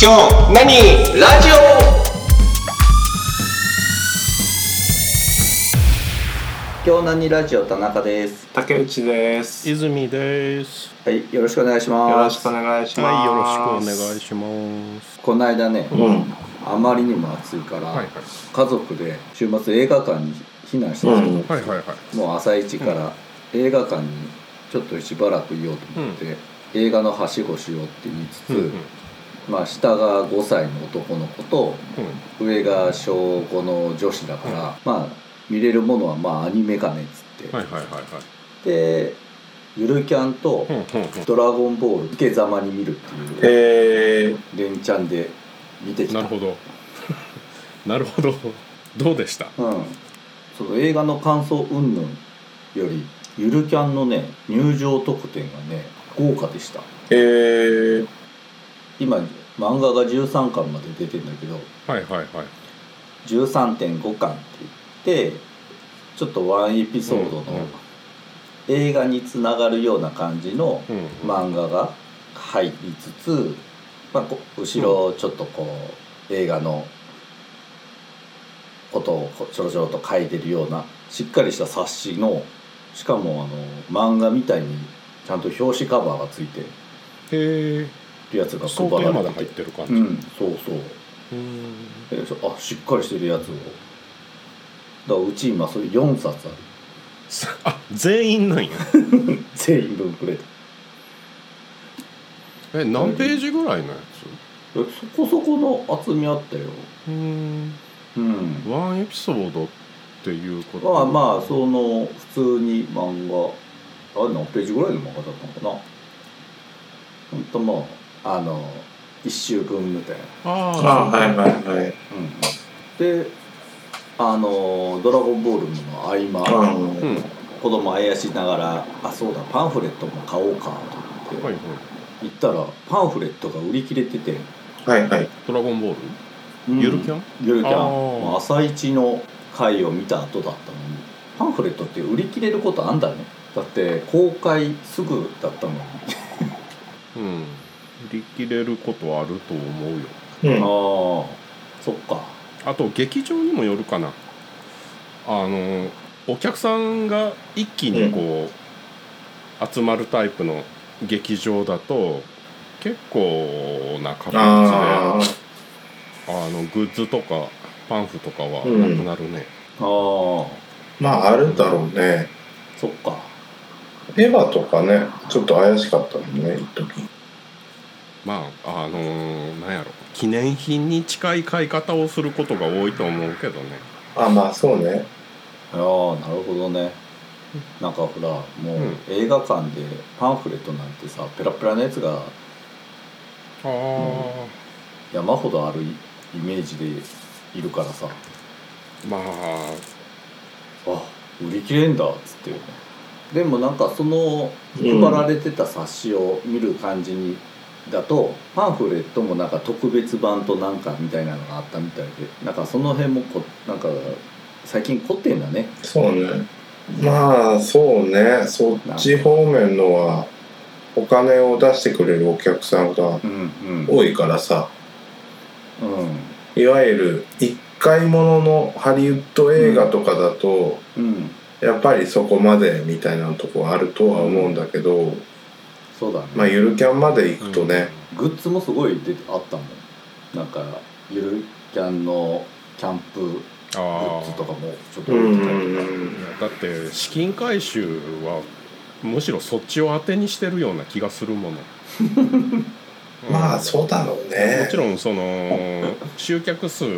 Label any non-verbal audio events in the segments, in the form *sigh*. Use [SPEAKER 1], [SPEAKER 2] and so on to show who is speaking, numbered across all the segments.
[SPEAKER 1] 今日何ラジオ
[SPEAKER 2] 京南にラジオ田中です。
[SPEAKER 1] 竹内ですよ
[SPEAKER 3] 泉です。
[SPEAKER 2] はい、よろしくお願いします。
[SPEAKER 1] ろしくお願いします
[SPEAKER 3] はい、よろしくお願いします。
[SPEAKER 2] この間ね、
[SPEAKER 1] うん
[SPEAKER 2] あまりにも暑いから、
[SPEAKER 3] はいはい
[SPEAKER 2] 家族で週末映画館に避難したんです
[SPEAKER 3] はいはいはい。
[SPEAKER 2] けど、もう朝一から映画館にちょっとしばらくいようと思って、映画のはしごしようって言いつつ、
[SPEAKER 3] うんうん
[SPEAKER 2] まあ下が5歳の男の子と上が小5の女子だから、
[SPEAKER 3] うん
[SPEAKER 2] まあ見れるものはまあアニメかねっつって、
[SPEAKER 3] はいはいはいはい。
[SPEAKER 2] でゆるキャンと
[SPEAKER 3] うんうんう
[SPEAKER 2] 「
[SPEAKER 3] ん。
[SPEAKER 2] ドラゴンボール」受けざまに見るっていう。
[SPEAKER 1] えー、
[SPEAKER 2] 連チャンで見てきた
[SPEAKER 3] なるほど。 *laughs* なるほど。どうでした。
[SPEAKER 2] うん、その映画の感想云々よりゆるキャンのね入場特典がね豪華でした
[SPEAKER 1] えー、
[SPEAKER 2] 今漫画が13巻まで出てんだけど
[SPEAKER 3] はいはいはい。
[SPEAKER 2] 13.5巻って言ってちょっとワンエピソードの
[SPEAKER 3] うんうん
[SPEAKER 2] 映画につながるような感じの
[SPEAKER 3] うんうん。
[SPEAKER 2] 漫画が入りつつ、まあ、こ後ろちょっとこう映画のことをこうちょろちょろと書いてるようなしっかりした冊子のしかもあの漫画みたいにちゃんと表紙カバーがついて
[SPEAKER 3] へえ。
[SPEAKER 2] るやつが
[SPEAKER 3] 想
[SPEAKER 2] 配
[SPEAKER 3] 定
[SPEAKER 2] ら
[SPEAKER 3] まで
[SPEAKER 2] れて
[SPEAKER 3] 入っててる感じ。
[SPEAKER 2] う
[SPEAKER 3] うん
[SPEAKER 2] そうそう
[SPEAKER 3] ーん。
[SPEAKER 2] えそあしっかりしてるやつをだからうち今それ4冊ある
[SPEAKER 3] さあ、全員なんや。
[SPEAKER 2] 全員分くれた
[SPEAKER 3] え、何ページぐらいのや
[SPEAKER 2] えそこそこの厚みあったよ
[SPEAKER 3] つ。うーん。
[SPEAKER 2] うん
[SPEAKER 3] ワンエピソードっていうこと。
[SPEAKER 2] まあまあその普通に漫画あれ何ページぐらいの漫画だったのかなほんともうあの1週分みたいな、
[SPEAKER 1] あ
[SPEAKER 3] あ
[SPEAKER 1] はいはいはい
[SPEAKER 2] うん、であの「ドラゴンボール」の合
[SPEAKER 1] う
[SPEAKER 2] 間
[SPEAKER 1] ん
[SPEAKER 3] あ。うん。は
[SPEAKER 2] 子供あやしながら「あそうだパンフレットも買おうか」と
[SPEAKER 3] い
[SPEAKER 2] 思っ
[SPEAKER 3] は
[SPEAKER 2] て
[SPEAKER 3] い。
[SPEAKER 2] 行ったらパンフレットが売り切れてて
[SPEAKER 1] はいはい
[SPEAKER 3] ドラゴンボー
[SPEAKER 2] う
[SPEAKER 3] ル。
[SPEAKER 2] ん
[SPEAKER 3] ゆるキャン。
[SPEAKER 2] ゆるキャン
[SPEAKER 3] あー
[SPEAKER 2] もう朝一の回を見た後だったのにパンフレットって売り切れることあんだねだって公開すぐだったのに
[SPEAKER 3] うん。売り切れることあると思うよ。
[SPEAKER 1] うん
[SPEAKER 2] ああそっか
[SPEAKER 3] あと劇場にもよるかなあのお客さんが一気にこう、集まるタイプの劇場だと結構な形であ
[SPEAKER 1] あ
[SPEAKER 3] のグッズとかパンフとかは
[SPEAKER 1] うん
[SPEAKER 3] なくなるね、
[SPEAKER 2] ああ
[SPEAKER 1] ーまああるだろうね
[SPEAKER 2] そっか
[SPEAKER 1] エヴァとかねちょっと怪しかったもんね一時
[SPEAKER 3] まああのなんやろ記念品に近い買い方をすることが多いと思うけどね
[SPEAKER 1] あまあそうね
[SPEAKER 2] ああなるほどねなんかほらもううん映画館でパンフレットなんてさペラペラのやつが
[SPEAKER 3] ああ、
[SPEAKER 2] 山ほどあるイメージでいるからさ
[SPEAKER 3] まあ
[SPEAKER 2] あ売り切れんだっつってでもなんかその配られてた冊子を見る感じにだとパンフレットもなんか特別版となんかみたいなのがあったみたいでなんかその辺もこなんか最近凝ってんだね
[SPEAKER 1] そうねまあそうねそっち方面のはお金を出してくれるお客さんが
[SPEAKER 2] うん
[SPEAKER 1] 多いからさ
[SPEAKER 2] うん
[SPEAKER 1] いわゆる一回もののハリウッド映画とかだと、
[SPEAKER 2] うんうん
[SPEAKER 1] やっぱりそこまでみたいなとこはあるとは思うんだけど、
[SPEAKER 2] そうだね、
[SPEAKER 1] まあゆるキャンまで行くとね、
[SPEAKER 2] グッズもすごい出てあったもんなんかゆるキャンのキャンプグ
[SPEAKER 3] うんあ
[SPEAKER 2] ッズ
[SPEAKER 3] あ
[SPEAKER 2] とかもちょっと
[SPEAKER 1] うん
[SPEAKER 2] 置いて
[SPEAKER 1] う
[SPEAKER 2] たり
[SPEAKER 1] ん
[SPEAKER 3] いやだって資金回収はむしろそっちを当てにしてるような気がするもの、
[SPEAKER 1] うん *laughs* まあ
[SPEAKER 3] うん
[SPEAKER 1] そうだろうね
[SPEAKER 3] もちろんその集客数っ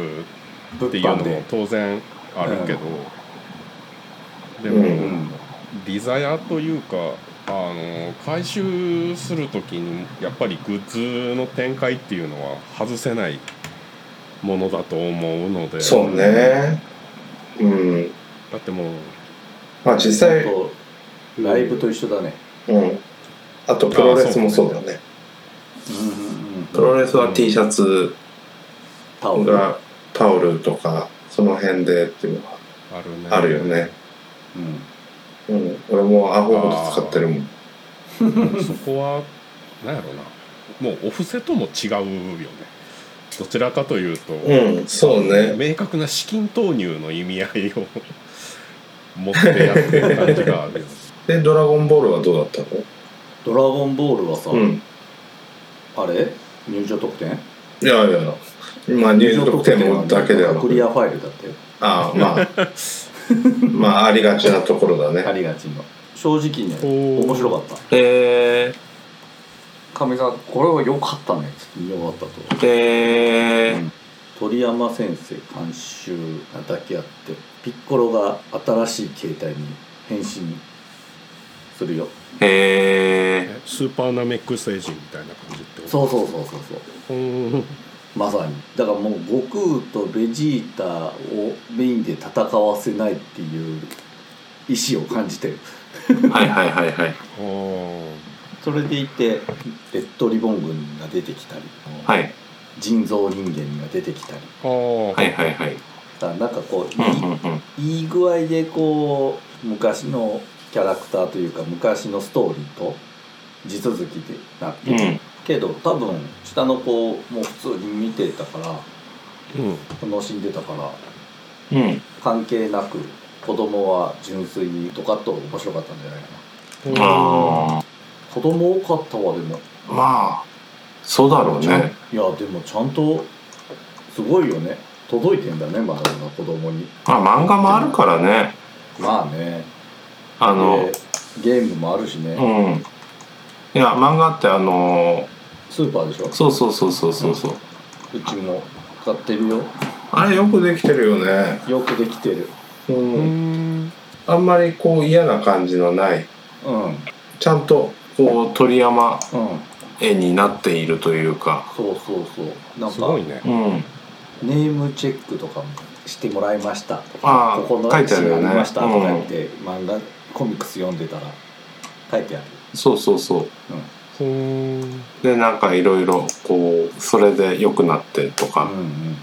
[SPEAKER 2] 物
[SPEAKER 3] ていうの
[SPEAKER 2] 販
[SPEAKER 3] も
[SPEAKER 2] で
[SPEAKER 3] 当然あるけど、で
[SPEAKER 1] う
[SPEAKER 3] も、
[SPEAKER 1] ん
[SPEAKER 3] リザヤというかあの回収する時にやっぱりグッズの展開っていうのは外せないものだと思うので
[SPEAKER 1] そうねうん
[SPEAKER 3] だってもう
[SPEAKER 1] まあ実際、
[SPEAKER 2] とライブと一緒だね
[SPEAKER 1] うん、あとプロレスもそうだねプ
[SPEAKER 2] うんうんうん
[SPEAKER 1] ロレスは T シャツ
[SPEAKER 2] タオル
[SPEAKER 1] がタオルとかその辺でっていうのは
[SPEAKER 3] あるね
[SPEAKER 1] あるよね、
[SPEAKER 2] うん
[SPEAKER 1] うん、俺もアホほど使ってるもん
[SPEAKER 3] そこはなんやろうなもうお布施とも違うよねどちらかというと、
[SPEAKER 1] うんそうね
[SPEAKER 3] 明確な資金投入の意味合いを *laughs* 持ってやってる感じがあるよね
[SPEAKER 1] で「ドラゴンボール」はどうだったの
[SPEAKER 2] ドラゴンボールはさ、
[SPEAKER 1] うん
[SPEAKER 2] あれ入場特典
[SPEAKER 1] いやいや今入場得点もだけではな
[SPEAKER 2] クリ
[SPEAKER 1] く
[SPEAKER 2] アファイルだったよ
[SPEAKER 1] ああ
[SPEAKER 4] *laughs*
[SPEAKER 1] まあまあありがちなところだ
[SPEAKER 2] あ
[SPEAKER 1] ね
[SPEAKER 2] りがちの正直ね
[SPEAKER 3] おー
[SPEAKER 2] 面白かった
[SPEAKER 4] え
[SPEAKER 2] 神さんこれは良かったねっつって見終わったと
[SPEAKER 4] ー、えー、
[SPEAKER 2] 鳥山先生監修なだけあってピッコロが新しい携帯に変身するよ
[SPEAKER 4] え
[SPEAKER 3] えスーパーナメック星人みたいな感じってこと
[SPEAKER 2] そうそうそうそうそう
[SPEAKER 3] うんうん
[SPEAKER 2] まさにだからもう悟空とベジータをメインで戦わせないっていう意思を感じてる
[SPEAKER 4] ー、はいはいはいはい。
[SPEAKER 3] あー
[SPEAKER 2] それでいてレッドリボン軍が出てきたり、
[SPEAKER 4] はい
[SPEAKER 2] 人造人間が出てきたり
[SPEAKER 3] あー
[SPEAKER 4] はいはいはい。
[SPEAKER 2] だからなんかこ
[SPEAKER 4] う
[SPEAKER 2] う、
[SPEAKER 4] ん
[SPEAKER 2] いい
[SPEAKER 4] うんうん。
[SPEAKER 2] いい具合でこう昔のキャラクターというか昔のストーリーと地続きでなって、
[SPEAKER 4] うん
[SPEAKER 2] けど多分下の子も普通に見てたから
[SPEAKER 3] うん
[SPEAKER 2] 楽しんでたから
[SPEAKER 4] うん。
[SPEAKER 2] 関係なく子供は純粋にドカッと面白かったんじゃないかな
[SPEAKER 4] あ
[SPEAKER 2] 子供多かったわでも
[SPEAKER 4] あ。まあ、そうだろう
[SPEAKER 2] ちゃん
[SPEAKER 4] ね。
[SPEAKER 2] いやでもちゃんとすごいよね届いてんだねまだまだ子供に
[SPEAKER 4] まあ漫画もあるからね。
[SPEAKER 2] まあね
[SPEAKER 4] あの
[SPEAKER 2] で、ゲームもあるしね、
[SPEAKER 4] うん。いや、漫画ってあの、
[SPEAKER 2] スーパーでしょ
[SPEAKER 4] そうそうそうそうそうそう。
[SPEAKER 2] うちも買ってるよ
[SPEAKER 1] あれよくできてるよね
[SPEAKER 2] よくできてる
[SPEAKER 1] うん、
[SPEAKER 3] うん
[SPEAKER 1] あんまりこう嫌な感じのない
[SPEAKER 2] うんうん
[SPEAKER 1] ちゃんと
[SPEAKER 4] こう、鳥山絵になっているというか。
[SPEAKER 2] そうそうそうなん
[SPEAKER 3] すご
[SPEAKER 2] か
[SPEAKER 3] いね
[SPEAKER 4] うん。
[SPEAKER 2] ネームチェックとかもしてもらいましたとか
[SPEAKER 4] ああ
[SPEAKER 2] ここの
[SPEAKER 4] 書いてあるよね
[SPEAKER 2] りましたとか言って、漫画コミックス読んでたら書いてある
[SPEAKER 4] そうそうそう。
[SPEAKER 3] うん
[SPEAKER 4] でなんかいろいろこうそれで良くなってとか、
[SPEAKER 2] ん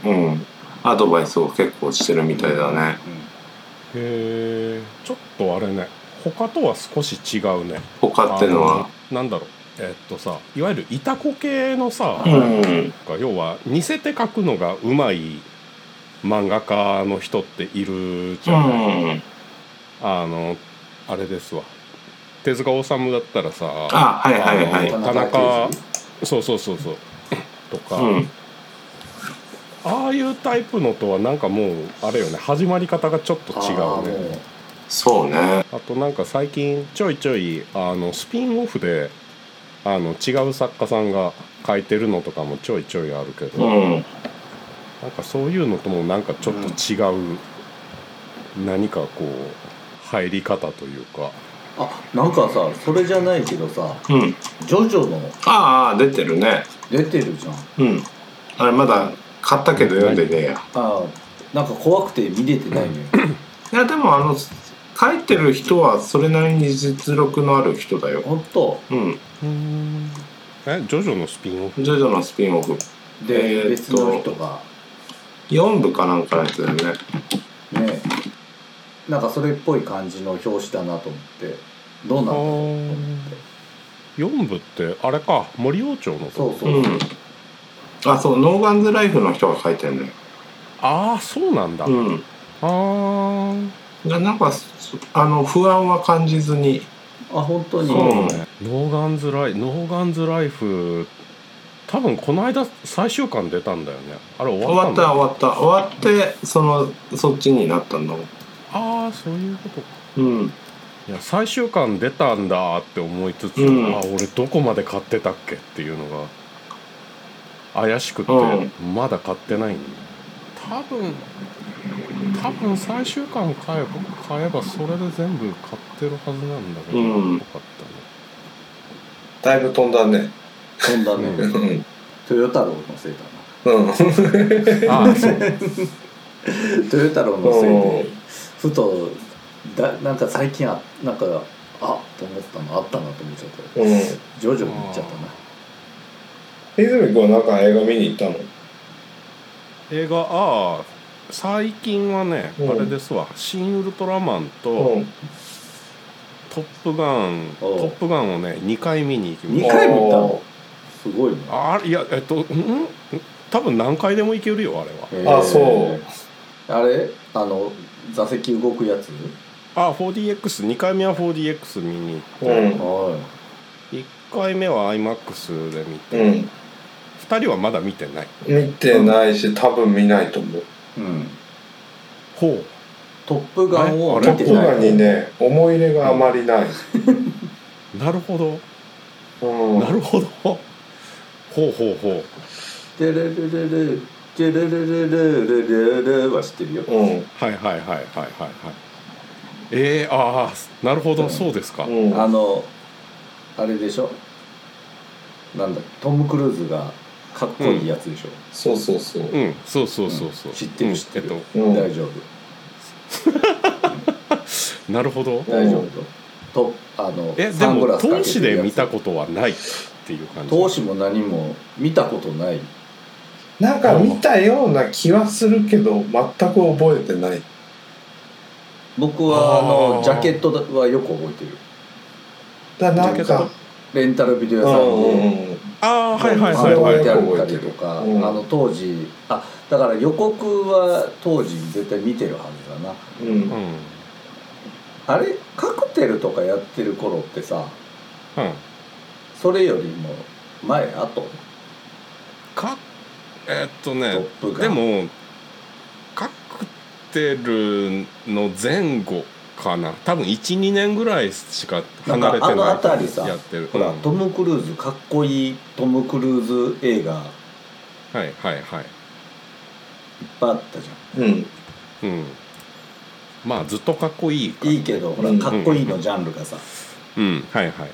[SPEAKER 2] うん
[SPEAKER 4] うんアドバイスを結構してるみたいだね、
[SPEAKER 3] へえちょっとあれね他とは少し違うね
[SPEAKER 4] 他ってのは
[SPEAKER 3] あのなんだろうえっとさいわゆるイタコ系のさ、
[SPEAKER 4] う
[SPEAKER 2] あの
[SPEAKER 4] ん
[SPEAKER 3] 要は似せて描くのがうまい漫画家の人っているじ
[SPEAKER 4] う
[SPEAKER 3] ゃない、ん、
[SPEAKER 4] ん
[SPEAKER 3] あのあれですわ手塚治虫だったらさ
[SPEAKER 4] あはいはいは
[SPEAKER 3] あ
[SPEAKER 4] い
[SPEAKER 3] の田中そうそうそうそうとか、
[SPEAKER 4] うん
[SPEAKER 3] ああいうタイプのとはなんかもうあれよね始まり方がちょっと違うね
[SPEAKER 2] ね
[SPEAKER 4] そうね
[SPEAKER 3] あとなんか最近ちょいちょいあのスピンオフであの違う作家さんが書いてるのとかもちょいちょいあるけど、
[SPEAKER 4] うん
[SPEAKER 3] なんかそういうのともなんかちょっと違う、何かこう入り方というか
[SPEAKER 2] あなんかさそれじゃないけどさ
[SPEAKER 4] うん
[SPEAKER 2] ジョジョの
[SPEAKER 4] ああ出てるね
[SPEAKER 2] 出てるじゃん
[SPEAKER 4] うんあれまだ買ったけど読んでねえや
[SPEAKER 2] あなんか怖くて見れてないのよ
[SPEAKER 4] いやでもあの書いてる人はそれなりに実力のある人だよ
[SPEAKER 2] 本当
[SPEAKER 4] うん
[SPEAKER 3] えジョジョのスピンオフ
[SPEAKER 4] ジョジョのスピンオフ
[SPEAKER 2] で、
[SPEAKER 4] えーっと
[SPEAKER 2] 別の人が
[SPEAKER 4] 4部かなんかのやつだよね
[SPEAKER 2] ねなんかそれっぽい感じの表紙だなと思ってどうなんだろうと思って
[SPEAKER 3] 4部ってあれか森王朝のと
[SPEAKER 2] そ
[SPEAKER 3] こ
[SPEAKER 2] うそう、
[SPEAKER 4] うんあそうノーガンズライフの人が書いてるのよ
[SPEAKER 3] ああそうなんだ、あ
[SPEAKER 4] うん
[SPEAKER 3] あ
[SPEAKER 4] ななんかそあの不安は感じずに
[SPEAKER 2] あ本当に
[SPEAKER 4] そう
[SPEAKER 2] うん
[SPEAKER 3] ノーガンズライノーガンズライフ多分この間最終巻出たんだよねあれ終
[SPEAKER 4] 終
[SPEAKER 3] わ
[SPEAKER 4] わ
[SPEAKER 3] っ
[SPEAKER 4] ったた
[SPEAKER 3] の
[SPEAKER 4] 終わった終わってそのそっちになったんだもん
[SPEAKER 3] ああそういうことか
[SPEAKER 4] うん
[SPEAKER 3] いや最終巻出たんだって思いつつ、
[SPEAKER 4] うん
[SPEAKER 3] あ俺どこまで買ってたっけっていうのが怪しくて、
[SPEAKER 4] う
[SPEAKER 3] まだ買ってないんだ多分多分最終巻買えば買えばそれで全部買ってるはずなんだけど、
[SPEAKER 4] うん
[SPEAKER 3] よかっ
[SPEAKER 1] だいぶ飛んだね
[SPEAKER 2] 飛んだ
[SPEAKER 3] う
[SPEAKER 1] う
[SPEAKER 2] ね
[SPEAKER 3] ん
[SPEAKER 1] ん
[SPEAKER 2] 豊太郎のせいだ *laughs*
[SPEAKER 1] うん
[SPEAKER 3] たねああそう
[SPEAKER 2] な豊太郎のせいでふとだなんか最近あなんかあと思ったのあったなと思っちゃった
[SPEAKER 1] うん
[SPEAKER 2] ジョジョ見ちゃったな
[SPEAKER 1] 泉君はなんか映画見に行ったの
[SPEAKER 3] 映画ああ最近はね
[SPEAKER 1] うん
[SPEAKER 3] あれですわ「新ウルトラマン」
[SPEAKER 1] う
[SPEAKER 3] と
[SPEAKER 1] ん
[SPEAKER 3] 「トップガン」「
[SPEAKER 2] おう
[SPEAKER 3] トップガン」をね2回見に行きま
[SPEAKER 2] 二
[SPEAKER 3] し
[SPEAKER 2] 回も行ったの
[SPEAKER 1] おー
[SPEAKER 3] た
[SPEAKER 2] すごいもん
[SPEAKER 3] あいやえっとうん多分何回でもいけるよあれは
[SPEAKER 2] へー
[SPEAKER 1] あそう
[SPEAKER 2] あれあの座席動くやつ
[SPEAKER 3] あ 4DX2 回目は 4DX 見に
[SPEAKER 1] うん
[SPEAKER 2] は
[SPEAKER 3] 1回目は IMAX で見て、
[SPEAKER 1] うん
[SPEAKER 3] 2人はまだ見てない
[SPEAKER 1] 見てないし多分見ないと思う
[SPEAKER 2] い、うん、
[SPEAKER 3] ほう
[SPEAKER 2] トップガンを
[SPEAKER 3] あ
[SPEAKER 1] ト
[SPEAKER 3] れ
[SPEAKER 2] 見
[SPEAKER 1] ッ
[SPEAKER 2] て
[SPEAKER 1] プ
[SPEAKER 2] ない
[SPEAKER 1] ガンにね思い入れがあまりない、
[SPEAKER 3] なるほど、
[SPEAKER 1] うん
[SPEAKER 3] なるほどほうほうほう
[SPEAKER 2] テレレレレテレレレレレレレは知ってるよ
[SPEAKER 1] うん
[SPEAKER 3] はいはいはいはいはいはいえー、ああなるほどそうですか、
[SPEAKER 1] うん
[SPEAKER 2] あのあれでしょなんだトム・クルーズがかっこいいやつでしょ、
[SPEAKER 1] そうそうそう、
[SPEAKER 3] うん、そうそうそう
[SPEAKER 2] う
[SPEAKER 3] そう。
[SPEAKER 2] ん知ってる知ってる
[SPEAKER 3] うんえ
[SPEAKER 1] うん
[SPEAKER 2] 大丈夫
[SPEAKER 3] となるほど。
[SPEAKER 2] 大丈夫とあの
[SPEAKER 3] え、で
[SPEAKER 2] サング
[SPEAKER 3] も
[SPEAKER 2] ラス
[SPEAKER 3] 投
[SPEAKER 2] かけ
[SPEAKER 3] 資
[SPEAKER 2] てる
[SPEAKER 3] で
[SPEAKER 2] やつ
[SPEAKER 3] 見たことはないっていう感じ。
[SPEAKER 2] 投資も何も見たことない
[SPEAKER 1] なんか見たような気はするけど全く覚えてない
[SPEAKER 2] 僕はあ
[SPEAKER 3] あ
[SPEAKER 2] の
[SPEAKER 3] ー
[SPEAKER 2] ジャケットはよく覚えてる
[SPEAKER 1] だな
[SPEAKER 3] ジ
[SPEAKER 1] ん
[SPEAKER 3] ャケッ
[SPEAKER 1] か
[SPEAKER 2] レンタルビデオ
[SPEAKER 1] う
[SPEAKER 2] 屋さんで、
[SPEAKER 1] んうんうん
[SPEAKER 3] ああー、はいはい
[SPEAKER 2] あ
[SPEAKER 3] はい
[SPEAKER 2] れ
[SPEAKER 1] そ
[SPEAKER 2] 置
[SPEAKER 1] れ
[SPEAKER 2] い
[SPEAKER 3] はいは
[SPEAKER 2] て
[SPEAKER 3] い。
[SPEAKER 1] はよく覚
[SPEAKER 2] あった
[SPEAKER 1] えてる
[SPEAKER 2] りとか、
[SPEAKER 1] うん
[SPEAKER 2] あの当時あだから予告は当時絶対見てるはずだな
[SPEAKER 1] うん
[SPEAKER 3] うん。うん。
[SPEAKER 2] あれカクテルとかやってる頃ってさそれよりも前あと
[SPEAKER 3] か、えーっと
[SPEAKER 2] トッ
[SPEAKER 3] ね、
[SPEAKER 2] プガン
[SPEAKER 3] でもカクテルの前後かな。多分1、2年ぐらいしか離れてな
[SPEAKER 2] な
[SPEAKER 3] い。
[SPEAKER 2] んかあの辺りさ
[SPEAKER 3] やってる。
[SPEAKER 2] ほら、
[SPEAKER 3] うん
[SPEAKER 2] トム・クルーズかっこいいトム・クルーズ映画
[SPEAKER 3] はいはいはい。
[SPEAKER 2] いっぱいあったじゃ
[SPEAKER 1] うん
[SPEAKER 3] うん。まあずっとかっこいいから
[SPEAKER 2] んいいけどほら
[SPEAKER 1] うん
[SPEAKER 2] かっこいいのジャンルがさ、
[SPEAKER 3] うんはいはい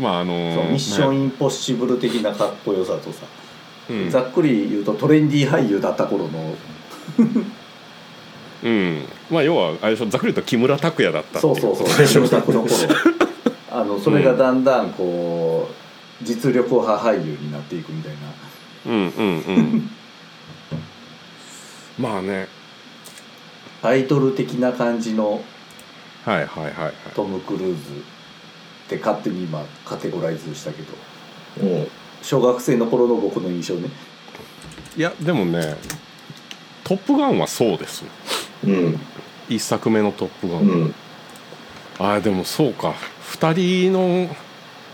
[SPEAKER 3] まああのー
[SPEAKER 2] そうミッショ
[SPEAKER 3] ね
[SPEAKER 2] ン・インポッシブル的なかっこよさとさ、
[SPEAKER 3] うん
[SPEAKER 2] ざっくり言うとトレンディー俳優だった頃の
[SPEAKER 3] うん、まあ要はあれでしょざっくり言うと木村拓哉だったってい
[SPEAKER 2] そうう
[SPEAKER 3] *laughs*
[SPEAKER 2] そうそう
[SPEAKER 3] ことでしょ
[SPEAKER 2] 木村拓の頃あのそれがだんだんこう実力派俳優になっていくみたいな
[SPEAKER 3] うんうんうん *laughs* まあね
[SPEAKER 2] アイドル的な感じの
[SPEAKER 3] はいはいはいはい
[SPEAKER 2] トム・クルーズって勝手に今カテゴライズしたけ
[SPEAKER 1] う
[SPEAKER 2] ど
[SPEAKER 1] ん
[SPEAKER 2] 小学生の頃の僕の印象ね
[SPEAKER 3] いやでもね「トップガン」はそうですよ
[SPEAKER 1] うん
[SPEAKER 3] 一作目の「トップガン」
[SPEAKER 1] うん
[SPEAKER 3] ああでもそうか二人の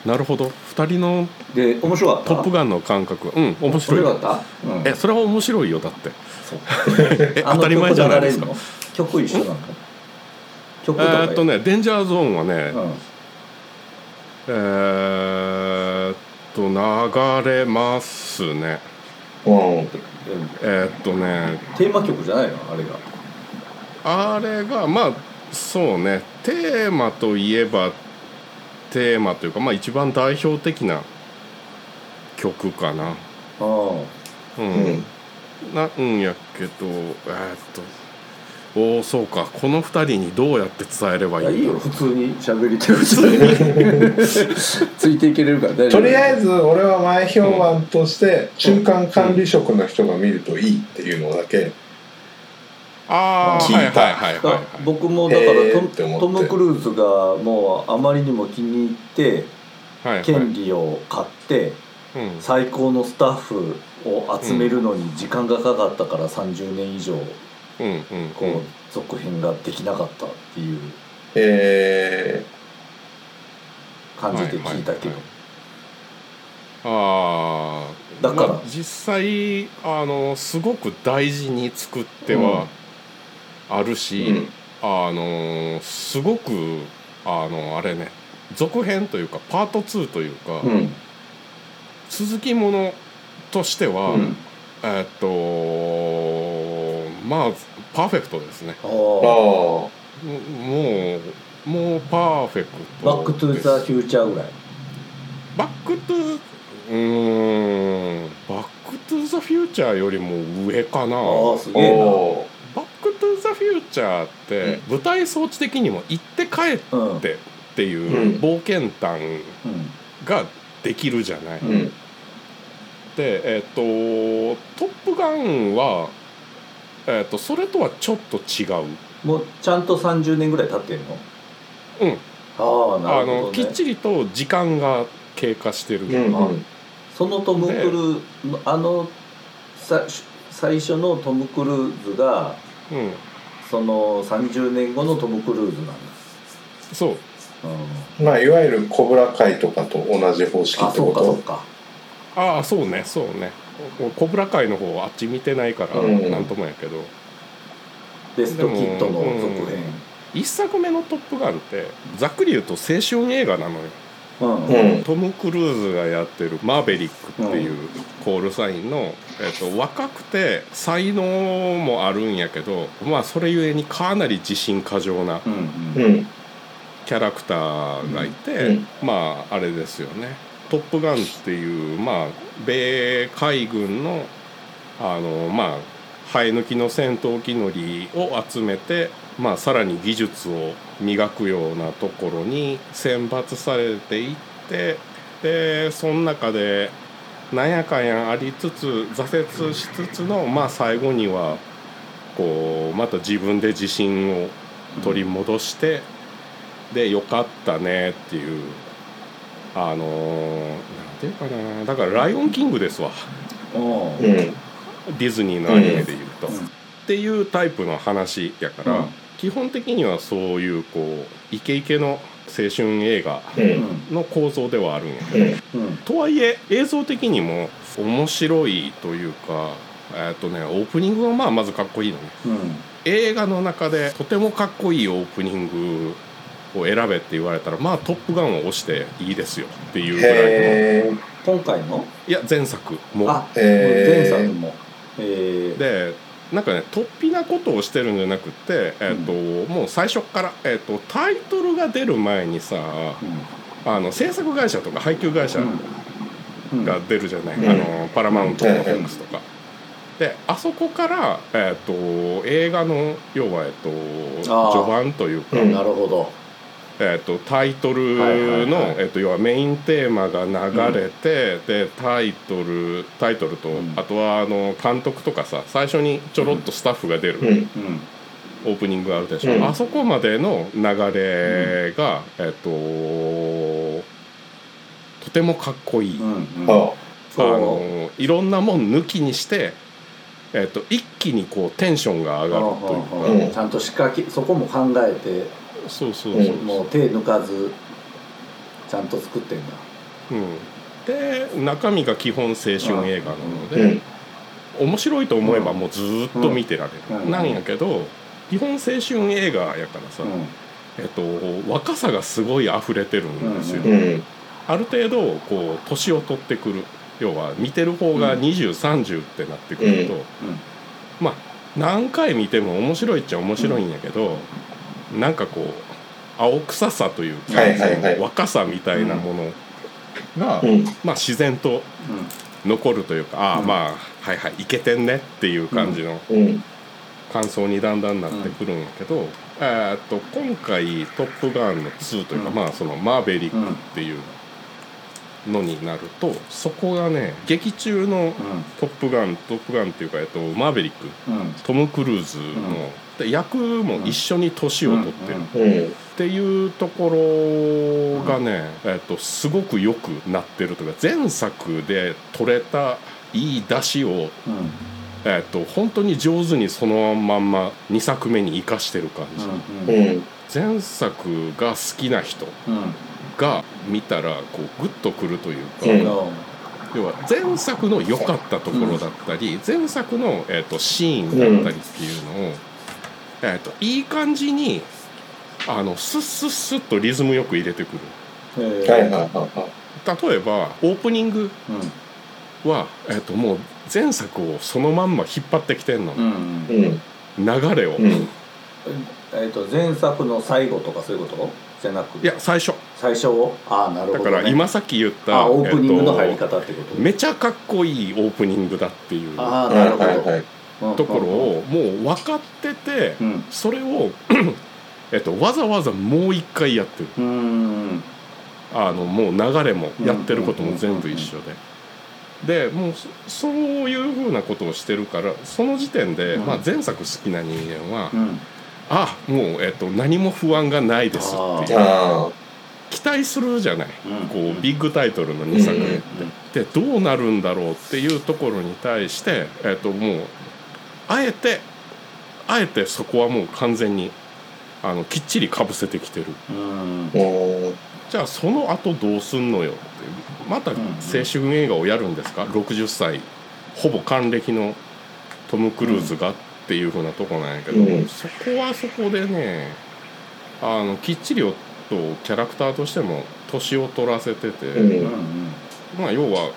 [SPEAKER 3] なるほど二人の
[SPEAKER 2] で面白か
[SPEAKER 3] 「
[SPEAKER 2] った
[SPEAKER 3] トップガン」の感覚うん面白い
[SPEAKER 2] 面白かった、うん
[SPEAKER 3] えそれは面白いよだって
[SPEAKER 2] そう
[SPEAKER 3] *laughs* え
[SPEAKER 2] あ
[SPEAKER 3] 当
[SPEAKER 2] の
[SPEAKER 3] たり前じゃないですか
[SPEAKER 2] 曲流れんの曲一緒なの曲
[SPEAKER 3] え
[SPEAKER 2] とか
[SPEAKER 3] ーっとね「デンジャーゾーン」はね、
[SPEAKER 2] うん
[SPEAKER 3] えーっと流れますね
[SPEAKER 1] うん
[SPEAKER 2] うん
[SPEAKER 3] えーっとね
[SPEAKER 2] テーマ曲じゃないのあれが
[SPEAKER 3] あれがまあそうねテーマといえばテーマというかまあ一番代表的な曲かな
[SPEAKER 2] あ
[SPEAKER 3] うん、
[SPEAKER 1] うん
[SPEAKER 3] なんやけどえーっとおおそうかこの二人にどうやって伝えれば
[SPEAKER 2] あ
[SPEAKER 3] いい
[SPEAKER 2] い
[SPEAKER 3] ん
[SPEAKER 2] い
[SPEAKER 3] だ
[SPEAKER 2] よ
[SPEAKER 3] ろう
[SPEAKER 2] 普通に喋りてるしついていけれるから大丈夫
[SPEAKER 1] とりあえず俺は前評判として中間管理職の人が見るといいっていうのだけ
[SPEAKER 3] ああ
[SPEAKER 1] 聞いた
[SPEAKER 3] はいはいはいはい、はい、
[SPEAKER 2] 僕もだから
[SPEAKER 1] へ
[SPEAKER 2] ト
[SPEAKER 1] ー
[SPEAKER 2] ム
[SPEAKER 1] って思って
[SPEAKER 2] トム・クルーズがもうあまりにも気に入って
[SPEAKER 3] はいはい
[SPEAKER 2] 権利を買って
[SPEAKER 3] うん
[SPEAKER 2] 最高のスタッフを集めるのに時間がかかったから30年以上
[SPEAKER 3] うんうん
[SPEAKER 2] こう続編ができなかったっていう
[SPEAKER 1] え
[SPEAKER 2] 感じで聞いたけど、
[SPEAKER 3] ああ
[SPEAKER 2] だから
[SPEAKER 3] まあ実際あのすごく大事に作ってはある
[SPEAKER 1] え
[SPEAKER 3] し、あのすごくあのあれね続編というかパート2というか、
[SPEAKER 1] うんうん
[SPEAKER 3] 続きものとしては、
[SPEAKER 1] うん
[SPEAKER 3] えっとまあパーフェクトですね
[SPEAKER 2] あ
[SPEAKER 1] あ
[SPEAKER 2] ー
[SPEAKER 1] あ
[SPEAKER 3] ももうもうパーフェクト
[SPEAKER 2] バック・トゥ・
[SPEAKER 3] です
[SPEAKER 2] ザ・フューチャーぐらい
[SPEAKER 3] バックトゥうーんバックトゥザフューチャーよりも上かな
[SPEAKER 2] あーすげえな
[SPEAKER 1] お
[SPEAKER 3] バックトゥザフューチャーって舞台装置的にも行って帰っ
[SPEAKER 2] うんうん
[SPEAKER 3] てっていううん冒険探ができるじゃない。
[SPEAKER 1] ー
[SPEAKER 2] う
[SPEAKER 1] うんん
[SPEAKER 3] でえっ、と「トップガンは」えっとそれとはちょっと違う。
[SPEAKER 2] もうちゃんと30年ぐらい経ってんの
[SPEAKER 3] うん
[SPEAKER 2] ああな
[SPEAKER 3] あ
[SPEAKER 2] るほど、ね、
[SPEAKER 3] のきっちりと時間が経過してる、
[SPEAKER 1] うんうん
[SPEAKER 2] そのトム・クルーズのあのさ最初のトム・クルーズが
[SPEAKER 3] うん、
[SPEAKER 2] その30年後のトム・クルーズなんだ、
[SPEAKER 3] そう
[SPEAKER 2] うん、
[SPEAKER 1] まあいわゆるコブラ会とかと同じ方式
[SPEAKER 2] あ
[SPEAKER 1] って
[SPEAKER 2] そ
[SPEAKER 1] こ
[SPEAKER 2] うかそう
[SPEAKER 1] と
[SPEAKER 2] か
[SPEAKER 3] ああそうねそうねおコブラ会の方あっち見てないから
[SPEAKER 1] うん
[SPEAKER 3] なんともやけど、
[SPEAKER 2] ベストキッドの続編
[SPEAKER 3] 一作目の「トップガン」ってざっくり言うと青春映画なのよ
[SPEAKER 2] うん、
[SPEAKER 1] うん
[SPEAKER 3] トム・クルーズがやってるマーベリックっていうコールサインの、えっと若くて才能もあるんやけどまあそれゆえにかなり自信過剰な
[SPEAKER 2] うんう
[SPEAKER 1] うんん
[SPEAKER 3] キャラクターがいて、
[SPEAKER 1] うん
[SPEAKER 3] まああれですよね「トップガン」っていうまあ米海軍のあのまあ生え抜きの戦闘機乗りを集めて、まあ、さらに技術を磨くようなところに選抜されていってでその中でなんやかんやありつつ挫折しつつの、まあ、最後にはこうまた自分で自信を取り戻して、でよかったねっていうあのーなんていうかなだから「ライオンキング」ですわ *laughs*
[SPEAKER 2] うん
[SPEAKER 1] うんうん
[SPEAKER 3] ディズニーのアニメでいうと。
[SPEAKER 2] うん
[SPEAKER 3] っていうタイプの話やから、
[SPEAKER 2] うん
[SPEAKER 3] 基本的にはそういうこうイケイケの青春映画
[SPEAKER 1] うん
[SPEAKER 3] の構造ではあるんやけど
[SPEAKER 1] うん
[SPEAKER 2] うん
[SPEAKER 3] とはいえ映像的にも面白いというかえっとねオープニングはまあまずかっこいいのね
[SPEAKER 2] うん
[SPEAKER 3] 映画の中でとてもかっこいいオープニングを選べって言われたらまあ「トップガン」を押していいですよっていうぐらいの
[SPEAKER 1] へ
[SPEAKER 2] 今回の
[SPEAKER 3] いや前作も
[SPEAKER 2] あ、
[SPEAKER 1] えー
[SPEAKER 2] 前作もえー、
[SPEAKER 3] でなんかね突飛なことをしてるんじゃなくて、えーともう最初っから、えー、とタイトルが出る前にさ
[SPEAKER 2] う
[SPEAKER 3] あの制作会社とか配給会社
[SPEAKER 2] んうん
[SPEAKER 3] が出るじゃない、
[SPEAKER 1] うん
[SPEAKER 3] あのパラマウントと
[SPEAKER 1] うん
[SPEAKER 3] かフォックスとか。であそこから、えー、と映画の要は、えー、
[SPEAKER 2] あ
[SPEAKER 3] と
[SPEAKER 2] ー
[SPEAKER 3] 序盤というか、
[SPEAKER 1] うん
[SPEAKER 2] なるほど
[SPEAKER 3] えー、とタイトルの、
[SPEAKER 2] はいはいはい
[SPEAKER 3] えー、と要はメインテーマが流れて、でタイトルタイトルと、
[SPEAKER 2] うん
[SPEAKER 3] あとはあの監督とかさ最初にちょろっとスタッフが出る、
[SPEAKER 1] ーうん
[SPEAKER 2] うん
[SPEAKER 3] オープニングがあるでしょ、
[SPEAKER 1] うん
[SPEAKER 3] あそこまでの流れが、えっととてもかっこいい、
[SPEAKER 2] う
[SPEAKER 3] あ
[SPEAKER 2] んうん
[SPEAKER 1] あ
[SPEAKER 2] そう
[SPEAKER 3] のいろんなもん抜きにして、えっと一気にこうテンションが上がるというか、
[SPEAKER 2] うんうんうん
[SPEAKER 1] うん
[SPEAKER 2] ちゃんと仕掛けそこも考えて
[SPEAKER 3] そうそうそうそう、
[SPEAKER 2] もう手抜かずちゃんと作ってんだ
[SPEAKER 3] うんで中身が基本青春映画なので、
[SPEAKER 1] うん
[SPEAKER 3] 面白いと思えばもうずーっと見てられる、
[SPEAKER 2] うん
[SPEAKER 3] なんやけど基本青春映画やからさ、
[SPEAKER 2] う
[SPEAKER 3] えっと、若さがすごい溢れてるんですよ、
[SPEAKER 2] うん
[SPEAKER 1] うん
[SPEAKER 3] ある程度こう年を取ってくる要は見てる方が
[SPEAKER 2] うん
[SPEAKER 3] 2030ってなってくると、
[SPEAKER 2] うん
[SPEAKER 3] まあ何回見ても面白いっちゃ面白いんやけど、なんかこう青臭さというか、
[SPEAKER 1] はいはいはい
[SPEAKER 3] 若さみたいなものが、
[SPEAKER 1] うん
[SPEAKER 3] まあ、自然と
[SPEAKER 2] ん
[SPEAKER 3] 残るというかああ、
[SPEAKER 2] うん
[SPEAKER 3] まあはいはいいけてんねっていう感じの
[SPEAKER 1] うん
[SPEAKER 3] 感想にだんだんなってくるんやけど、えーっと今回「トップガン」の2というか、
[SPEAKER 2] うん
[SPEAKER 3] まあそのマーベリ
[SPEAKER 2] う
[SPEAKER 3] ック
[SPEAKER 2] んうん
[SPEAKER 3] っていうのになるとそこがね劇中の「トップガン」「トップガン」っていうか、えっと、マーベリック
[SPEAKER 2] うん
[SPEAKER 3] トム・クルーズの、で役も一緒に年を取ってる
[SPEAKER 2] うん
[SPEAKER 1] うん
[SPEAKER 3] っていうところがね、えっと、すごく良くなってるというか前作で取れたいい出汁を、
[SPEAKER 2] うんうん
[SPEAKER 3] えっと、本当に上手にそのまんま2作目に生かしてる感じ、
[SPEAKER 1] う
[SPEAKER 2] うん
[SPEAKER 1] ん
[SPEAKER 3] 前作が好きな人
[SPEAKER 2] うん
[SPEAKER 3] が見たらこうグッとくるというか、
[SPEAKER 1] うん
[SPEAKER 3] 要は前作の良かったところだったり、前作の、えー、とシーンだったりっていうのを、えー、といい感じにあのスッスッスッとリズムよく入れてくる
[SPEAKER 2] えー
[SPEAKER 1] はいはいはいは
[SPEAKER 3] 例えばオープニング
[SPEAKER 2] う
[SPEAKER 3] は、えー、ともう前作をそのまんま引っ張ってきてんの、
[SPEAKER 2] んうん
[SPEAKER 1] いうん
[SPEAKER 3] 流れを、
[SPEAKER 1] う
[SPEAKER 3] い
[SPEAKER 1] ん
[SPEAKER 2] えっと前作の最後とかそういうことじゃなく
[SPEAKER 3] や最初
[SPEAKER 2] 最初をああなる
[SPEAKER 3] だ
[SPEAKER 2] ほ
[SPEAKER 3] か
[SPEAKER 2] ど
[SPEAKER 3] ら
[SPEAKER 2] ね
[SPEAKER 3] 今さっき言った、
[SPEAKER 2] あオープニングの入り
[SPEAKER 3] えー
[SPEAKER 2] 方ってこと
[SPEAKER 3] とめちゃかっこいいオープニングだっていう
[SPEAKER 2] ああ
[SPEAKER 1] は
[SPEAKER 2] ないるほど、
[SPEAKER 1] はいはい
[SPEAKER 3] ところをもう分かってて。
[SPEAKER 2] うん
[SPEAKER 3] それを、 *clears throat* えっと、わざわざもう一回やってる
[SPEAKER 2] うん
[SPEAKER 3] あのもう流れもやってることも全部一緒ででもうそそういうふうなことをしてるからその時点で、
[SPEAKER 2] うん
[SPEAKER 3] まあ、前作好きな人間は、
[SPEAKER 2] うん
[SPEAKER 3] あもう、えっと、何も不安がないですっていう
[SPEAKER 1] ああ
[SPEAKER 3] 期待するじゃない、
[SPEAKER 2] うん
[SPEAKER 3] こうビッグタイトルの2作目って、
[SPEAKER 2] うん
[SPEAKER 3] ってどうなるんだろうっていうところに対して、えっともうあえてあえてそこはもう完全にあのきっちりかぶせてきてる
[SPEAKER 2] うん
[SPEAKER 1] おー
[SPEAKER 3] じゃあその後どうすんのよってまた青春映画をやるんですか、60歳ほぼ還暦のトム・クルーズがっていうふうなとこなんやけど、
[SPEAKER 1] うん
[SPEAKER 3] そこはそこでねあのきっちりとキャラクターとしても年を取らせてて、
[SPEAKER 1] うん
[SPEAKER 2] うんうん
[SPEAKER 3] まあ要は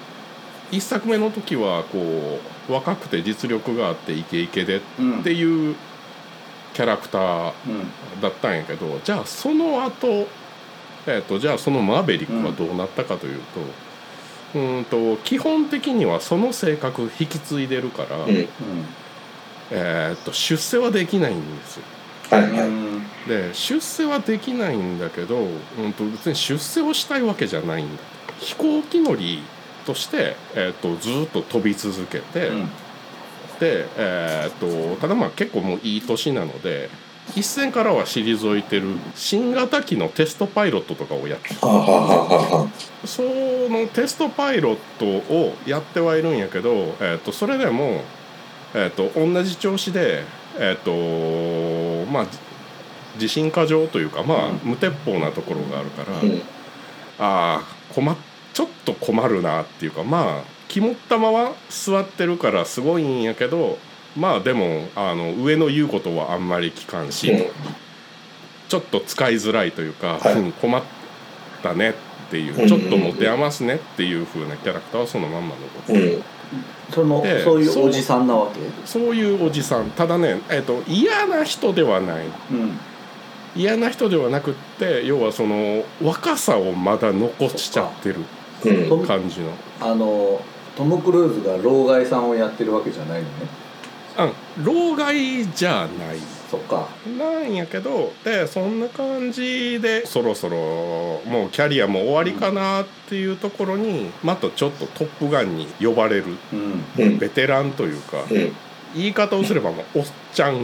[SPEAKER 3] 1作目の時はこう若くて実力があってイケイケでっ
[SPEAKER 2] うん
[SPEAKER 3] ていうキャラクター
[SPEAKER 2] うん
[SPEAKER 3] だったんやけどじゃあその後、えー、とじゃあそのマーベリックはどうなったかというと,、うーん、と基本的にはその性格引き継いでるから、
[SPEAKER 1] うん
[SPEAKER 3] えー、と出世はできないんですよ。
[SPEAKER 1] はい
[SPEAKER 2] うんう
[SPEAKER 1] はい
[SPEAKER 2] ん
[SPEAKER 3] で出世はできないんだけど、うん、と別に出世をしたいわけじゃないんだ飛行機乗りとして、えー、とずっと飛び続けて、
[SPEAKER 2] うん
[SPEAKER 3] で、えーっとただまあ結構もういい年なので一線からは退いてる新型機のテストパイロットとかをやって
[SPEAKER 1] はあはあはあは
[SPEAKER 3] そのテストパイロットをやってはいるんやけど、えーっとそれでも、えーっと同じ調子で、えーっとまあ、じ自信過剰というか、まあ
[SPEAKER 2] うん
[SPEAKER 3] 無鉄砲なところがあるから、
[SPEAKER 1] あうん
[SPEAKER 3] ああ困っちょっと困るなっていうかまあ肝ったまま座ってるからすごいんやけどまあでもあの上の言うことはあんまり聞かんし、
[SPEAKER 1] うん
[SPEAKER 3] ちょっと使いづらいというか、
[SPEAKER 1] はい
[SPEAKER 3] うん困ったねっていう、
[SPEAKER 1] うんうん
[SPEAKER 3] ちょっと持て余すねっていう風なキャラクターはそのまんま残ってる、
[SPEAKER 1] うん
[SPEAKER 2] その
[SPEAKER 3] で
[SPEAKER 2] そういうおじさんなわけ
[SPEAKER 3] そういうおじさんただね、えっと嫌な人ではない
[SPEAKER 2] うん
[SPEAKER 3] 嫌な人ではなくって要はその若さをまだ残しちゃってる
[SPEAKER 1] うん
[SPEAKER 2] トム
[SPEAKER 3] 感じの。
[SPEAKER 2] あのトム・クルーズが老害さんをやってるわけじゃないのね
[SPEAKER 3] うん、老害じゃない
[SPEAKER 2] そっか
[SPEAKER 3] なんやけどでそんな感じでそろそろもうキャリアも終わりかなっていうところにまたちょっと「トップガン」に呼ばれる
[SPEAKER 2] うん
[SPEAKER 1] うん
[SPEAKER 3] ベテランというか
[SPEAKER 1] うん
[SPEAKER 3] 言い方をすればもうおっちゃ
[SPEAKER 1] う
[SPEAKER 3] ん、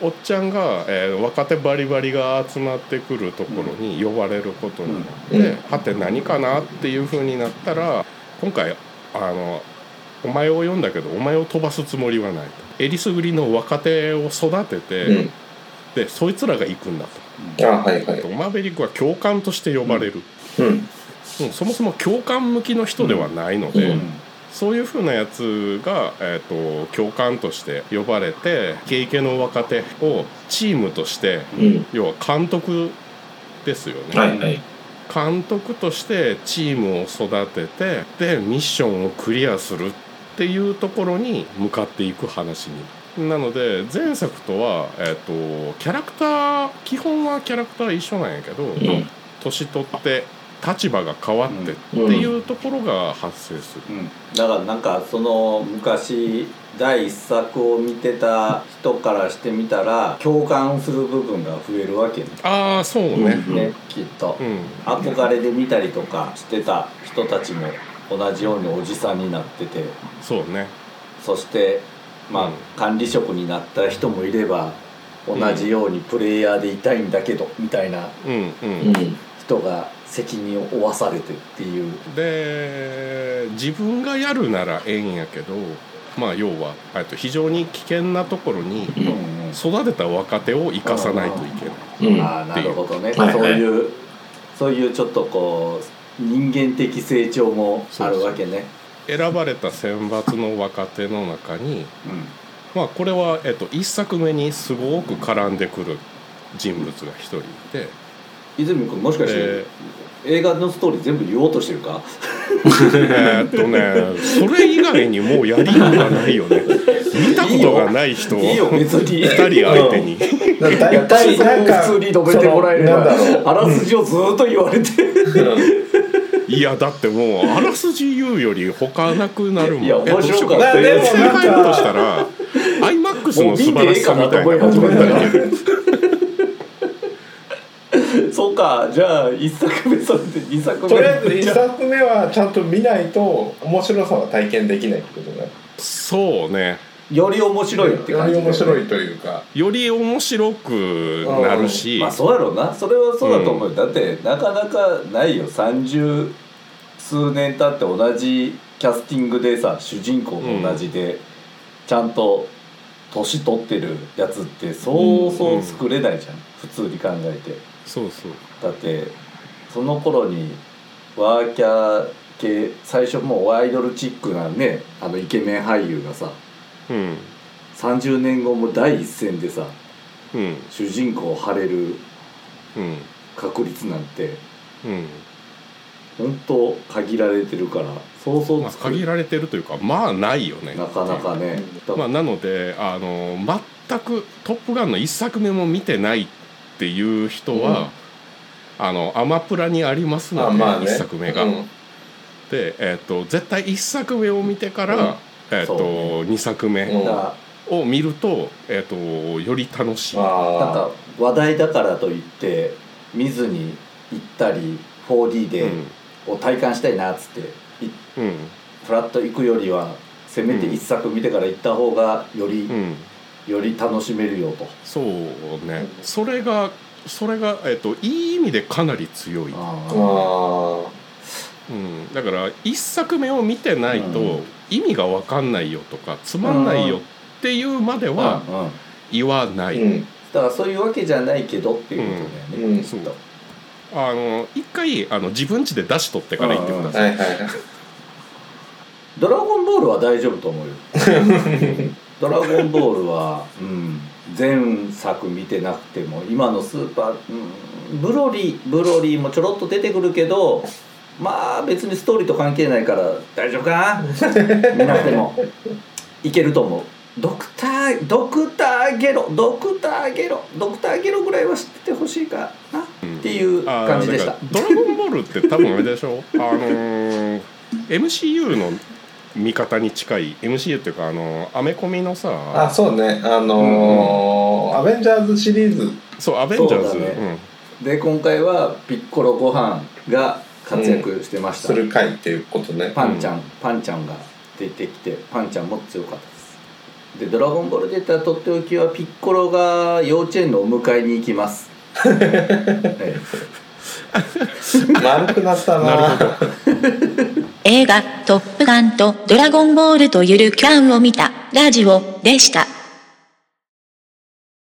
[SPEAKER 3] おっちゃんが、えー若手バリバリが集まってくるところに呼ばれることになって、
[SPEAKER 1] うん
[SPEAKER 3] はて何かなっていうふうになったら今回あのお前を呼んだけどお前を飛ばすつもりはないとえりすぐりの若手を育てて、
[SPEAKER 1] うん
[SPEAKER 3] でそいつらが行くんだ
[SPEAKER 1] あはいはい
[SPEAKER 3] とマーベリックは教官として呼ばれる、
[SPEAKER 1] うん
[SPEAKER 3] うんそもそも教官向きの人ではないので、
[SPEAKER 1] うん
[SPEAKER 3] そういうふうなやつが、えー、と教官として呼ばれてイケイケの若手をチームとして
[SPEAKER 1] うん
[SPEAKER 3] 要は監督ですよね、
[SPEAKER 4] はいはい
[SPEAKER 3] 監督としてチームを育ててでミッションをクリアするっていうところに向かっていく話になので前作とは、えー、とキャラクター基本はキャラクター一緒なんやけど、
[SPEAKER 1] ん
[SPEAKER 3] 年取って立場が変わってっていうところが発生する。
[SPEAKER 2] うんだからなんかその昔第一作を見てた人からしてみたら共感する部分が増えるわけね
[SPEAKER 3] ああそうね、
[SPEAKER 1] うん
[SPEAKER 2] ねきっと
[SPEAKER 3] うん、
[SPEAKER 2] 憧れで見たりとかしてた人たちも同じようにおじさんになってて
[SPEAKER 3] そうね。
[SPEAKER 2] そしてま
[SPEAKER 3] う
[SPEAKER 2] あ
[SPEAKER 3] ん
[SPEAKER 2] 管理職になった人もいれば同じようにプレイヤーでいたいんだけどみたいな
[SPEAKER 3] うんう。
[SPEAKER 1] うんん
[SPEAKER 2] 人が責任を負わされてっていう
[SPEAKER 3] で自分がやるならええんやけど、まあ要はえっと非常に危険なところに
[SPEAKER 1] うん
[SPEAKER 3] 育てた若手を生かさないといけな
[SPEAKER 1] う
[SPEAKER 3] い。
[SPEAKER 1] ん
[SPEAKER 2] ああなるほどね、
[SPEAKER 1] はいはい
[SPEAKER 2] そういうそういうちょっとこう人間的成長もあるわけね
[SPEAKER 3] 選ばれた選抜の若手の中
[SPEAKER 2] う
[SPEAKER 3] に、
[SPEAKER 2] ん
[SPEAKER 3] まあこれはえっと一作目にすごく絡んでくる人物が一人いて、
[SPEAKER 2] 泉君もしかして、
[SPEAKER 3] え
[SPEAKER 2] 映画のストーリー全部言おうとしてるか
[SPEAKER 3] えーっとね、それ以外にもうやりようがないよね。見たことがない人を
[SPEAKER 2] いいよ別に
[SPEAKER 3] 二人相手に。
[SPEAKER 1] だ
[SPEAKER 2] いや
[SPEAKER 1] いた
[SPEAKER 2] 大
[SPEAKER 1] い
[SPEAKER 2] 層
[SPEAKER 1] なんか
[SPEAKER 2] 普通に述べてもらえれば
[SPEAKER 1] そのなんだろう
[SPEAKER 2] あらすじをずーっと言われて、
[SPEAKER 3] いやだってもうあらすじ言うより他なくなるもん
[SPEAKER 2] いや面白かった
[SPEAKER 1] よ
[SPEAKER 3] えっと正解だとしたら IMAX
[SPEAKER 2] もう
[SPEAKER 3] の素
[SPEAKER 2] 見て
[SPEAKER 3] 晴
[SPEAKER 2] え
[SPEAKER 3] ら
[SPEAKER 2] え
[SPEAKER 3] し
[SPEAKER 2] か
[SPEAKER 3] さ
[SPEAKER 2] なと
[SPEAKER 3] みたい
[SPEAKER 2] 思い
[SPEAKER 3] なこ
[SPEAKER 2] 始
[SPEAKER 3] と
[SPEAKER 2] め
[SPEAKER 3] になる
[SPEAKER 2] たけど *laughs* そうかじゃあ1作目それで2作目
[SPEAKER 1] とりあえず一作目はちゃんと見ないと面白さは体験できないってことね
[SPEAKER 3] そうね
[SPEAKER 2] より面白いって感じだ
[SPEAKER 1] よ
[SPEAKER 2] よ
[SPEAKER 1] り
[SPEAKER 2] ね
[SPEAKER 1] 面白いというか
[SPEAKER 3] より面白くなるし
[SPEAKER 2] まあそうやろうなそれはそうだと思うよ、だってなかなかないよ30数年経って同じキャスティングでさ主人公と同じで、ちゃんと年取ってるやつってそうそう作れないじゃん、普通に考えて。
[SPEAKER 3] そうそう
[SPEAKER 2] だってその頃にワーキャー系最初もうワイドルチックなねあのイケメン俳優がさ
[SPEAKER 3] うん
[SPEAKER 2] 30年後も第一線でさ
[SPEAKER 3] うん
[SPEAKER 2] 主人公を張れる
[SPEAKER 3] うん
[SPEAKER 2] 確率なんて
[SPEAKER 3] うん
[SPEAKER 2] 本当限られてるからそうそ
[SPEAKER 3] ま
[SPEAKER 2] う
[SPEAKER 3] あ、
[SPEAKER 2] 作る
[SPEAKER 3] 限られてるというかまあないよね
[SPEAKER 2] なかなかね、だ
[SPEAKER 3] まあ、なのであの全く「トップガン」の一作目も見てないっていう人は、あのアマプラにありますの
[SPEAKER 1] あ
[SPEAKER 3] で、
[SPEAKER 1] まあね
[SPEAKER 3] 一作目が。
[SPEAKER 1] うん
[SPEAKER 3] で、えー、と絶対一作目を見てから、
[SPEAKER 2] うん
[SPEAKER 3] えー
[SPEAKER 2] そう
[SPEAKER 3] と
[SPEAKER 2] ね
[SPEAKER 3] 二作
[SPEAKER 1] う
[SPEAKER 3] 目
[SPEAKER 1] ん
[SPEAKER 2] だ
[SPEAKER 3] を見ると,、えー、とより楽しい。
[SPEAKER 2] なん
[SPEAKER 1] あ
[SPEAKER 2] か話題だからといって見ずに行ったり 4D
[SPEAKER 3] う
[SPEAKER 2] で
[SPEAKER 3] ん
[SPEAKER 2] を体感したいなっつって行っ
[SPEAKER 3] うん
[SPEAKER 2] フラッと行くよりはせめて一作見てから行った方がより、
[SPEAKER 3] うん
[SPEAKER 2] より楽しめるよと
[SPEAKER 3] そうねそれがそれが、えー、といい意味でかなり強い。
[SPEAKER 1] ああ
[SPEAKER 3] うん、だから一作目を見てないと意味が分かんないよとかつまんないよっていうまでは
[SPEAKER 2] うんうん
[SPEAKER 3] 言わな
[SPEAKER 1] あ
[SPEAKER 3] い、
[SPEAKER 1] うん
[SPEAKER 2] だからそういうわけじゃないけどっていうことだよね、
[SPEAKER 1] うん
[SPEAKER 2] きっと
[SPEAKER 3] あの一回あの自分家で出し取ってから言ってください、
[SPEAKER 1] はいはいはい
[SPEAKER 2] ドラゴンボールは大丈夫と
[SPEAKER 3] *laughs*
[SPEAKER 2] 思うよドラゴンボールは、うん、前作見てなくても今のスーパー、うん、ブロリーブロリーもちょろっと出てくるけどまあ別にストーリーと関係ないから大丈夫かな見なくてもいけると思うドクタードクターゲロドクターゲロドクターゲロぐらいは知っててほしいかなっていう
[SPEAKER 3] あー
[SPEAKER 2] 感じでした
[SPEAKER 3] だからドラゴンボールって多分あれで
[SPEAKER 2] *laughs*
[SPEAKER 3] しょあのー MCU の見方に近い MCU っていうかあのアメコミの
[SPEAKER 1] あ
[SPEAKER 3] さ
[SPEAKER 1] そうねあのーアベンジャーズ」シリーズ
[SPEAKER 3] そうアベンジャーズ
[SPEAKER 2] そうだねで今回はピッコロご飯が活躍してました、
[SPEAKER 1] する回っていうことね
[SPEAKER 2] パンちゃん、パンちゃんが出てきてパンちゃんも強かったですで「ドラゴンボール」出たとっておきはピッコロが幼稚園のお迎えに行きますえ
[SPEAKER 1] 丸くなったな
[SPEAKER 5] 映画「トップガン」と「ドラゴンボール」とゆるキャンを見たラジオでした。